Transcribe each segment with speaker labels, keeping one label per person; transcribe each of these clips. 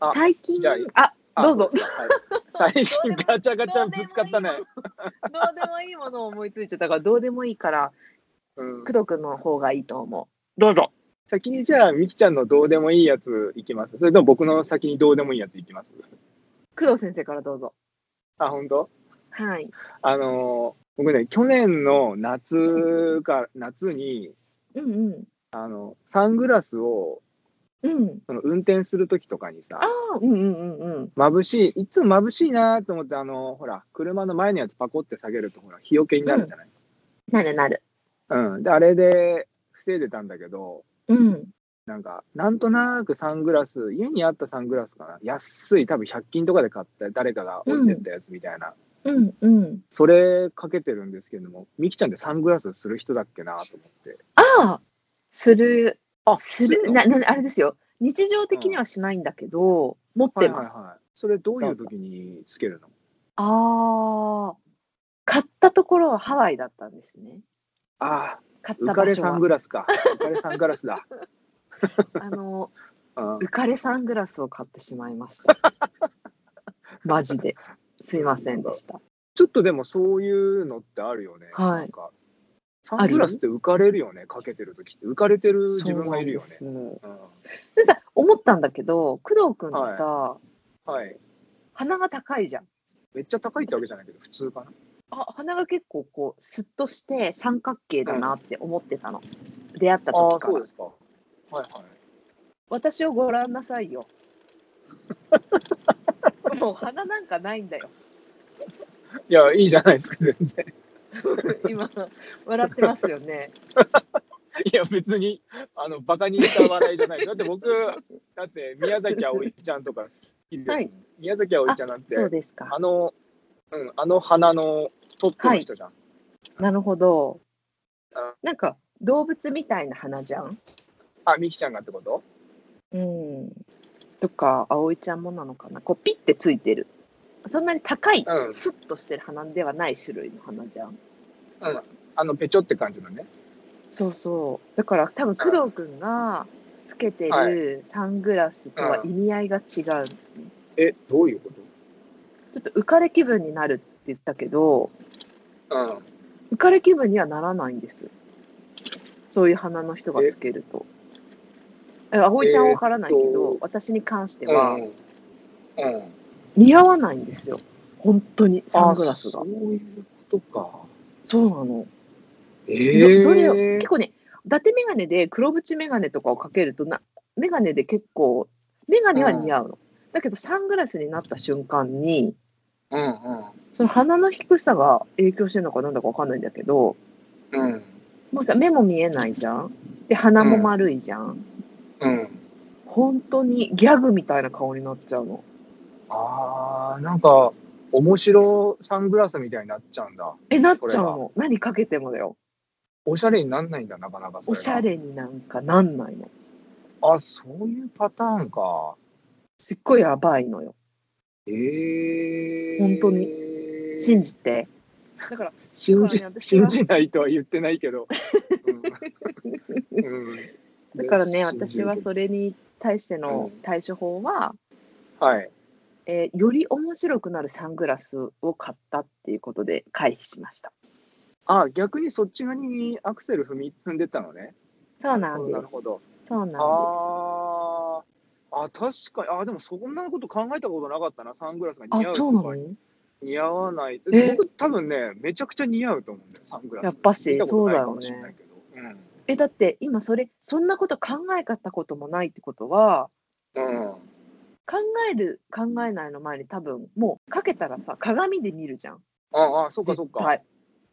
Speaker 1: あ
Speaker 2: 最近
Speaker 1: じゃ
Speaker 2: あ
Speaker 1: あ
Speaker 2: どうぞ。
Speaker 1: はい最近ガチャガチャぶつかったね。
Speaker 2: どうでもいいものを思いついちゃったからどうでもいいから
Speaker 1: うん
Speaker 2: 工、藤君の方がいいと思うどうぞ
Speaker 1: 先にじゃあ、みきちゃんのどうでもいいやついきます。それとも僕の先にどうでもいいやついきます。
Speaker 2: 工藤先生からどうぞ
Speaker 1: あ、本当
Speaker 2: はい
Speaker 1: あのー僕ね、去年の夏か、夏に、
Speaker 2: うんうん
Speaker 1: あの、サングラスを、
Speaker 2: うん
Speaker 1: その運転するときとかにさ
Speaker 2: あ、あうんうんうんうん
Speaker 1: 眩しい、いつも眩しいなと思って、あの、ほら、車の前のやつパコって下げると、ほら、日よけになるじゃない。
Speaker 2: なるなる
Speaker 1: うん。で、あれで防いでたんだけど、
Speaker 2: うん
Speaker 1: なんか、なんとなくサングラス、家にあったサングラスかな。安い、多分100均とかで買った、誰かが置いてったやつみたいな。
Speaker 2: うんうん
Speaker 1: それかけてるんですけども、みきちゃんってサングラスする人だっけなと思って。
Speaker 2: ああする
Speaker 1: あ、
Speaker 2: する
Speaker 1: の
Speaker 2: ななあれですよ日常的にはしないんだけど、持ってます、
Speaker 1: はいはいはい。それどういう時につけるの
Speaker 2: ああ買ったところはハワイだったんですね
Speaker 1: ああ、
Speaker 2: 買っ
Speaker 1: 浮
Speaker 2: た
Speaker 1: か
Speaker 2: 場
Speaker 1: れ
Speaker 2: 所
Speaker 1: サ
Speaker 2: は
Speaker 1: ングラスか。浮かれサングラスだ。
Speaker 2: あの
Speaker 1: うん
Speaker 2: 浮かれサングラスを買ってしまいました。 マジで。すいませんでした。
Speaker 1: ちょっとでもそういうのってあるよね。
Speaker 2: はい
Speaker 1: なんかサングラスって浮かれるよね、かけてる時って。浮かれてる自分がいるよね。
Speaker 2: そうなんです
Speaker 1: うん
Speaker 2: でさ、思ったんだけど、工藤くんってさ、
Speaker 1: はい。
Speaker 2: 鼻が高いじゃん。
Speaker 1: めっちゃ高いってわけじゃないけど、普通かな。
Speaker 2: あ鼻が結構こう、スッとして三角形だなって思ってたの。出会った時から。
Speaker 1: すか。はいはい。
Speaker 2: 私をご覧なさい よ。もう鼻なんかないんだよ。
Speaker 1: いや、いいじゃないですか、全然。
Speaker 2: 今、笑ってますよね。
Speaker 1: いや、別に、あの、バカにした笑いじゃない。だって僕、だって宮崎あおいちゃんとか好きで、
Speaker 2: はい
Speaker 1: 宮崎あおいちゃんなんて、
Speaker 2: そうです
Speaker 1: あ
Speaker 2: か。
Speaker 1: の、うん、あの花のトップの人じゃん。
Speaker 2: なるほど
Speaker 1: あ。
Speaker 2: なんか、動物みたいな鼻じゃん。
Speaker 1: あ、みきちゃんがってこと
Speaker 2: うん。とか、葵ちゃんもなのかな。こう、ピッてついてる。そんなに高い、
Speaker 1: うん
Speaker 2: スッとしてる花ではない種類の花じゃん。
Speaker 1: うん。あの、ペチョって感じのね。
Speaker 2: そうそう。だから、多分工藤くんがつけて
Speaker 1: は
Speaker 2: るサングラスとは
Speaker 1: う
Speaker 2: 意味合いが違うんですね。
Speaker 1: え、どういうこ
Speaker 2: ちょっと浮かれ気分になるって言ったけど、
Speaker 1: とう
Speaker 2: 浮
Speaker 1: ん。
Speaker 2: かれ気分にはならないんです。そういう花の人がつけると。え葵ちゃんはわからないけど、
Speaker 1: えーっと
Speaker 2: 私に関しては
Speaker 1: うん。うん
Speaker 2: 似合わないんですよ。本当に、サングラスが
Speaker 1: あそ。ういうことか。
Speaker 2: そうなの。
Speaker 1: え
Speaker 2: ど
Speaker 1: ー、
Speaker 2: どれを結構ね、伊達眼鏡で黒縁眼鏡とかをかけるとな、眼鏡で結構、眼鏡は似合うの。だけど、サングラスになった瞬間に、
Speaker 1: うん
Speaker 2: その鼻の低さが影響してるのかなんだかわかんないんだけど、
Speaker 1: うん。うん。
Speaker 2: もうさ、目も見えないじゃん。で、鼻も丸いじゃん。
Speaker 1: うん。
Speaker 2: 本当にギャグみたいな顔になっちゃうの。
Speaker 1: あー、なんか、面白サングラスみたいになっちゃうんだ。
Speaker 2: え、なっち
Speaker 1: そ
Speaker 2: ゃう
Speaker 1: れは
Speaker 2: の。何かけてもだよ。
Speaker 1: おしゃれになんないんだ、なかなかそれが
Speaker 2: おしゃ。れになんかなんないの。
Speaker 1: あ、そういうパターンか。
Speaker 2: すっごいやばいのよ。
Speaker 1: えー。
Speaker 2: 本当に。信じて。だから、
Speaker 1: 信じ
Speaker 2: だからね私
Speaker 1: 信
Speaker 2: は
Speaker 1: じないとは言ってないけど。 うんうん
Speaker 2: だからね、
Speaker 1: 信じ
Speaker 2: 私
Speaker 1: る
Speaker 2: は
Speaker 1: けど
Speaker 2: それに対しての
Speaker 1: うん
Speaker 2: 対処法は、
Speaker 1: はい。
Speaker 2: えーより面白くなるサングラスを買ったっていうことで回避しました。
Speaker 1: あ、逆にそっち側にアクセル踏み踏んでったのね。
Speaker 2: そうなんです
Speaker 1: なる。ほど。
Speaker 2: そうなん
Speaker 1: あーあ、確かに。あ、でもそんなこと考えたことなかったな。サングラスが似
Speaker 2: で
Speaker 1: 合
Speaker 2: す。
Speaker 1: う
Speaker 2: あ、そう
Speaker 1: と
Speaker 2: な
Speaker 1: か
Speaker 2: の
Speaker 1: 似合わない。
Speaker 2: え
Speaker 1: 僕多分ね、めちゃくちゃ似合うと思うんだよ、サングラス。
Speaker 2: やっぱし
Speaker 1: 見たことないかもしれないけど。
Speaker 2: え、だって今それ、そんなこと考えたこともないってことは、
Speaker 1: うん。うん。
Speaker 2: 考える、考えないの前に多分、もうかけたらさ、鏡で見るじゃん。
Speaker 1: ああ、そうかそう
Speaker 2: 絶
Speaker 1: か。
Speaker 2: 対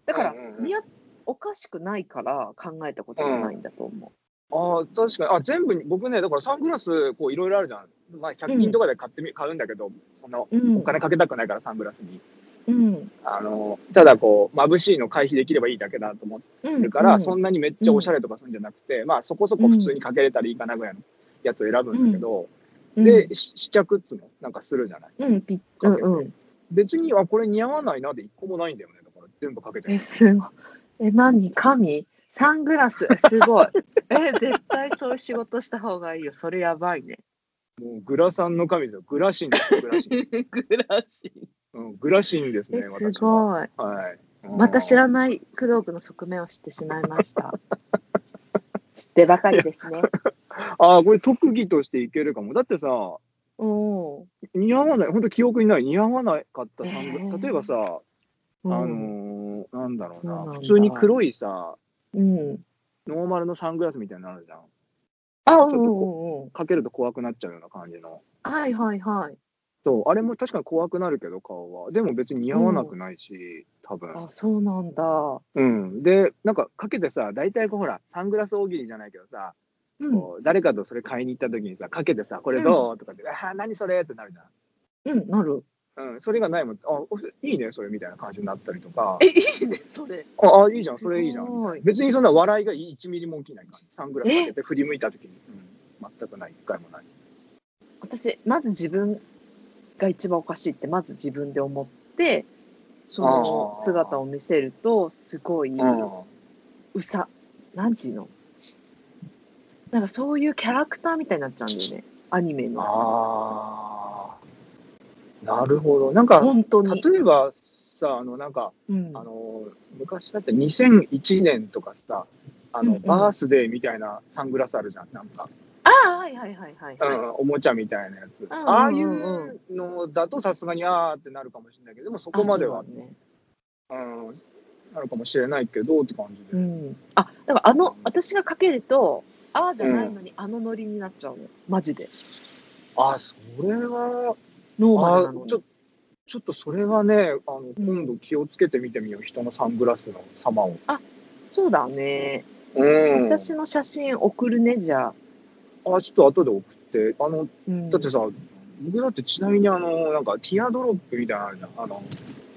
Speaker 2: だから、
Speaker 1: うんうんうん
Speaker 2: 似合おかしくないから考えたこともないんだと思う。
Speaker 1: ああ、確かに。あ、全部に、僕ね、だからサングラス、こう、いろいろあるじゃん。まあ、100均とかで買ってみ、買うんだけど、そんな、お
Speaker 2: うん。
Speaker 1: 金かけたくないから、サングラスに。
Speaker 2: うん。
Speaker 1: あの、ただこう、眩しいの回避できればいいだけだと思って
Speaker 2: うん。
Speaker 1: るから、
Speaker 2: うん
Speaker 1: そんなにめっちゃおしゃれとかするんじゃなくて、まあ、そこそこ普通にかけれたらいいかなぐらいのやつを選ぶんだけど、で、し試着っつうの、なんかするじゃない。
Speaker 2: うん、うん、ピッ、
Speaker 1: かけて
Speaker 2: うん、うん。
Speaker 1: 別に、あ、これ似合わないなで一個もないんだよね。だから、全部かけてる
Speaker 2: え、すごい。え、何神サングラス、えすごい。え、絶対そういう仕事した方がいいよ。それやばいね。
Speaker 1: もうグラさんの神で すよ。グラシンですよ。グラシン。
Speaker 2: グラシン。
Speaker 1: うん、グラシンですね、
Speaker 2: えす
Speaker 1: 私は。
Speaker 2: ごい。
Speaker 1: はい。うん
Speaker 2: また知らないクローブの側面を知ってしまいました。知ってばかりですね。
Speaker 1: ああ、これ特技としていけるかも。だってさ、
Speaker 2: うん。
Speaker 1: 似合わない、本当記憶にない、似合わなかったサングラ
Speaker 2: えー
Speaker 1: 例えばさ、あ
Speaker 2: うん
Speaker 1: のーなんだろう
Speaker 2: そうな
Speaker 1: な、
Speaker 2: んだ
Speaker 1: 普通に黒いさ、
Speaker 2: うん。
Speaker 1: ノーマルのサングラスみたいなのあるじゃん。
Speaker 2: あ、
Speaker 1: ょ
Speaker 2: うん
Speaker 1: っと
Speaker 2: うんうん。
Speaker 1: かけると怖くなっちゃうような感じの。
Speaker 2: はいはいはい。
Speaker 1: そう、あれも確かに怖くなるけど、顔は。でも別に似合わなくないし、多分
Speaker 2: あ、。そうなんだ。
Speaker 1: うん。で、なんかかけてさ、大体こうほら、サングラス大喜利じゃないけどさ、
Speaker 2: うん。
Speaker 1: こう誰かとそれ買いに行った時にさ、かけてさ、これどうとかって、ああ、何それってなるじゃん。
Speaker 2: うん、なる。
Speaker 1: うん、それがないもん、あいいね、それみたいな感じになったりとか、
Speaker 2: え、いいね、それ。
Speaker 1: ああ、いいじゃん、それいいじゃん
Speaker 2: すごい。
Speaker 1: 別にそんな笑いが1ミリも起きない感じ、サングラスかけて振り向いた時に、うん、全くない、一回もない。
Speaker 2: 私、まず自分が一番おかしいって、まず自分で思って、その
Speaker 1: あー
Speaker 2: 姿を見せると、すごい、
Speaker 1: うん
Speaker 2: うさ、なんていうのなんかそういうキャラクターみたいになっちゃうんだよね、アニメの。
Speaker 1: ああ、なるほど。なんか、
Speaker 2: 本当に。
Speaker 1: 例えばさ、あの、なんか、
Speaker 2: うん
Speaker 1: あの、昔だって2001年とかさ、あの、
Speaker 2: うんうん
Speaker 1: バースデーみたいなサングラスあるじゃん、なんか、
Speaker 2: ああ、はいはいはいはい、
Speaker 1: う
Speaker 2: はい
Speaker 1: ん、おもちゃみたいなやつ。
Speaker 2: んうんうん
Speaker 1: ああいうのだとさすがにあーってなるかもしれないけど、でもそこまでは
Speaker 2: あそうだね。
Speaker 1: うん、なるかもしれないけどって感じで。
Speaker 2: うん。あ、だからあの、私がかけると、ああじゃないのに、あのノリになっちゃうの。マジで。
Speaker 1: あ、それは、
Speaker 2: ノーマルな
Speaker 1: あ
Speaker 2: のに
Speaker 1: ちょちょっとそれはね、あの今度気をつけてみてみよう、人のサングラスの様を。
Speaker 2: そうだね。
Speaker 1: うんあ、
Speaker 2: 私
Speaker 1: ち
Speaker 2: の写真送るね、じゃあ。
Speaker 1: ょっと後で送って、あの、
Speaker 2: うん
Speaker 1: だってさ、僕だってちなみにあの、なんかティアドロップみたいなのあるじゃん。あの、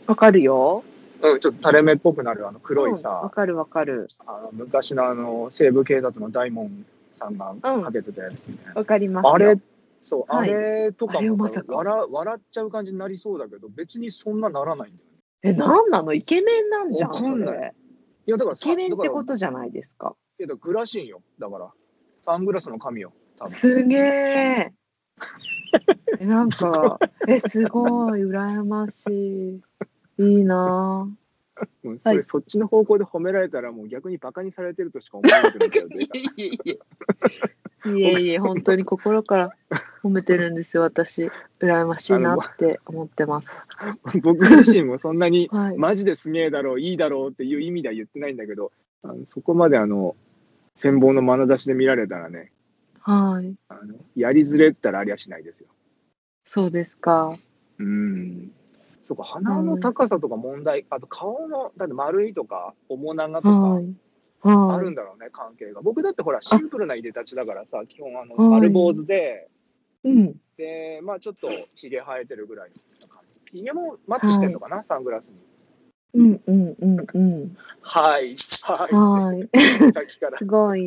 Speaker 2: わかるよ。
Speaker 1: うん、ちょっと垂れ目っぽくなるあの黒
Speaker 2: う
Speaker 1: い
Speaker 2: んわ
Speaker 1: さ、
Speaker 2: かるわかる。
Speaker 1: あの昔のあの、西部警察の大門さんがかけてたやつみたいな。
Speaker 2: わかりますよ。
Speaker 1: あれそう、
Speaker 2: はい
Speaker 1: あれとか
Speaker 2: あれを
Speaker 1: も
Speaker 2: ま
Speaker 1: さ
Speaker 2: さか
Speaker 1: 笑笑っちゃう感じになりそうだけど別にそんなならないんだよね。
Speaker 2: え、なんなのイケメンなんじゃん。
Speaker 1: わかんない
Speaker 2: それ
Speaker 1: いやだから
Speaker 2: イケメンってこ
Speaker 1: だか
Speaker 2: とじゃないですか。
Speaker 1: らいやグラシンよだからサングラスの神よ多分。
Speaker 2: すげ え。えなんか、え、すごい、羨ましい。いいな
Speaker 1: うんそれ
Speaker 2: はい
Speaker 1: そっちの方向で褒められたらもう逆にバカにされてるとしか思えなくなっちゃうというか
Speaker 2: いえいえ。いえいえ、本当に心から褒めてるんですよ、私。羨ましいなって思ってます。
Speaker 1: 僕自身もそんなに
Speaker 2: はい。
Speaker 1: マジですげえだろういいだろうっていう意味では言ってないんだけどあのそこまであの羨望の眼差しで見られたらね
Speaker 2: はい。
Speaker 1: あのやりずれったらありゃしないですよ。
Speaker 2: そうですか。
Speaker 1: うん。そうか、鼻の高さとか問題、あと顔の、だって丸いとか、面長とか
Speaker 2: は、い。
Speaker 1: あ
Speaker 2: は
Speaker 1: る
Speaker 2: い。
Speaker 1: んだろうね、関係が。僕だってほら、シンプルないでたちだからさ、基本、あの、
Speaker 2: はい
Speaker 1: 丸坊主で、
Speaker 2: うん。
Speaker 1: で、まあちょっと、ひげ生えてるぐらいの感じ。ひげもマッチしてんのかな、サングラスに。
Speaker 2: うんうんうんうん。
Speaker 1: はい、は
Speaker 2: はい。
Speaker 1: いって、さっきから
Speaker 2: す。ごい。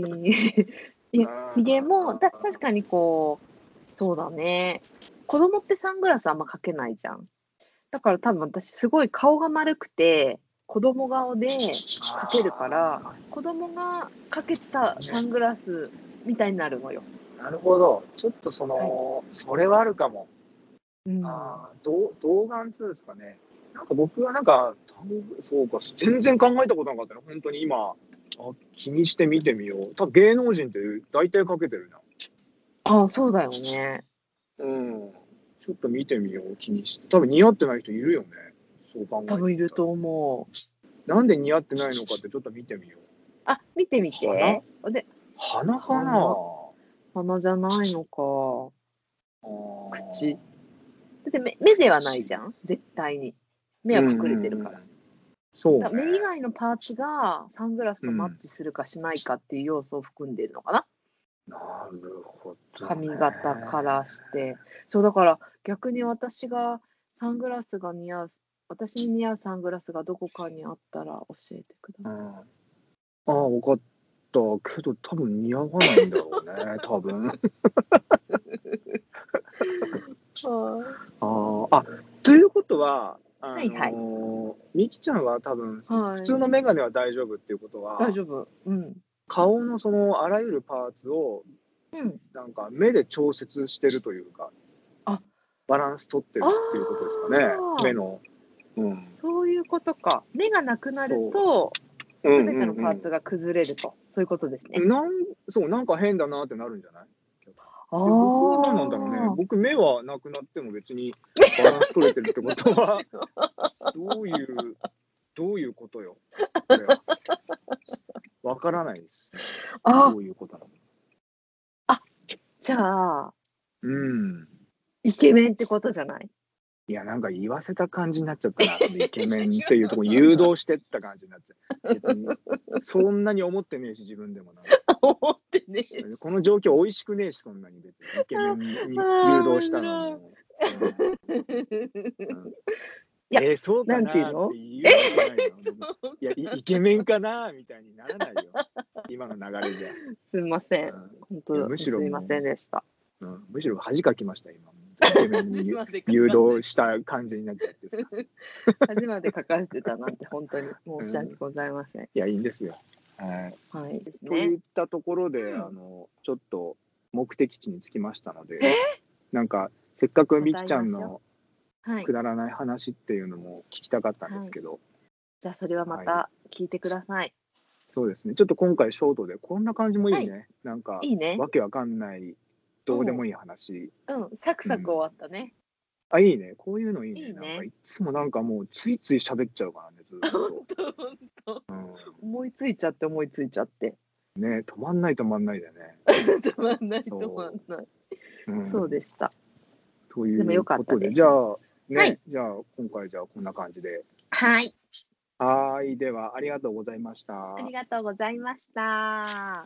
Speaker 2: いや
Speaker 1: うん
Speaker 2: ひげも、だ確かにこう、そうだね。子供ってサングラスあんまかけないじゃん。だから多分私、すごい顔が丸くて、子供顔で、かけるから子供がかけたサングラスみたいになるのよ。
Speaker 1: あー。なるほど。ちょっとその、それはあるかも。
Speaker 2: うん、
Speaker 1: ああ、どう童顔っつうんですかね。なんか僕はなんか、そうか、全然考えたことなかったね。本当に今、あ気にして見てみよう。多分芸能人って大体かけてるな。
Speaker 2: ああ、そうだよね。
Speaker 1: うん。ちょっと見てみよう、気にして。多分似合ってない人いるよね。そう考える
Speaker 2: 多分いる。と思う。
Speaker 1: なんで似合ってないのかってちょっと見てみよう。
Speaker 2: あ、見てみて。で、
Speaker 1: 鼻かな
Speaker 2: 鼻鼻じゃないのか。
Speaker 1: あー
Speaker 2: 口だって目目ではないじゃん、絶対に。目は隠れてるから。
Speaker 1: うんそう、
Speaker 2: だ
Speaker 1: ね
Speaker 2: から。目以外のパーツがサングラスとマッチするかしないかっていう要素を含んでるのかな、
Speaker 1: なるほど、ね。
Speaker 2: 髪型からして。そうだから逆に私がサングラスが似合う、私に似合うサングラスがどこかにあったら教えてくだ
Speaker 1: う
Speaker 2: さい。
Speaker 1: んああ、分かったけど、多分似合わないんだろう ね、多分。
Speaker 2: は
Speaker 1: ああ、あ、ということは、あの
Speaker 2: はいはい
Speaker 1: みきちゃんは多分、
Speaker 2: はい
Speaker 1: 普通のメガネは大丈夫っていうことは、
Speaker 2: 大丈夫。うん。
Speaker 1: 顔のそのあらゆるパーツを
Speaker 2: ううん。
Speaker 1: なんか目で調節してるというか
Speaker 2: あ
Speaker 1: バランス取ってるっていうことで
Speaker 2: あ
Speaker 1: すか
Speaker 2: ー
Speaker 1: ね目の。うん
Speaker 2: そういうことか。目がなくなると、
Speaker 1: うん
Speaker 2: す
Speaker 1: うん
Speaker 2: べてのパーツ
Speaker 1: う
Speaker 2: が崩れると。そういうことですね。
Speaker 1: んなんそうなんか変だなってなるんじゃない
Speaker 2: ああ。
Speaker 1: 僕は何なんだろうね僕目はなくなっても別にバランス取れてるってことはどういうどういうことよこれはわからないですね
Speaker 2: あ
Speaker 1: ど、ういうことなの
Speaker 2: じゃあ、
Speaker 1: うん
Speaker 2: イケメンってことじゃない
Speaker 1: いやなんか言わせた感じになっちゃったなイケメンっていうところに誘導してった感じになっちゃう別にそんなに思ってねえし自分でもな
Speaker 2: 思ってね。
Speaker 1: この状況美味しくねえしそんなに別にイケメンに誘導したのに、うん
Speaker 2: いや
Speaker 1: えーそうかな
Speaker 2: なんていうの
Speaker 1: って言うわけないのいやいイケメンかなみたいにならないよ今の流れじゃ、
Speaker 2: すみません。本
Speaker 1: い
Speaker 2: 当
Speaker 1: やむしろ
Speaker 2: すみませんでした。
Speaker 1: うんうんむしろ恥かきました今イケメンに
Speaker 2: まで
Speaker 1: 誘 導した感じになっちゃってさ
Speaker 2: 初めて書かせてたなんて本当に申し訳ございません。
Speaker 1: いやいいんですよ、はい
Speaker 2: はいです
Speaker 1: とい
Speaker 2: ね。
Speaker 1: ったところで、
Speaker 2: うん
Speaker 1: あのちょっと目的地に着きましたのでなんかせっかくみきちゃん
Speaker 2: また会いまし
Speaker 1: の
Speaker 2: はい
Speaker 1: く。だらない話っていうのも聞きたかったんですけど、
Speaker 2: じゃあそれはまた
Speaker 1: は
Speaker 2: 聞いてください。
Speaker 1: そうですねちょっと今回ショートでこんな感じもいいね、なんか
Speaker 2: いいね。
Speaker 1: わけわかんないどうでもいい話、
Speaker 2: うん。サクサク終わったね。
Speaker 1: あ、いいね。こういうのいいね。
Speaker 2: いいね
Speaker 1: なんかいつもなんかもうついつい喋っちゃうからね、ずっと。う
Speaker 2: 思いついちゃって思いついちゃって。
Speaker 1: ん、ね止まんない止まんないでね。
Speaker 2: 止まんない
Speaker 1: そう
Speaker 2: 止まんない。
Speaker 1: うん、
Speaker 2: そうでした。
Speaker 1: す。とい
Speaker 2: でも
Speaker 1: う
Speaker 2: よか
Speaker 1: こ
Speaker 2: っ
Speaker 1: と
Speaker 2: たで
Speaker 1: で、
Speaker 2: す
Speaker 1: じゃあ、ね、
Speaker 2: はい
Speaker 1: じゃあ今回じゃあこんな感じで。
Speaker 2: はい。
Speaker 1: はーい。では、ありがとうございました。
Speaker 2: ありがとうございました。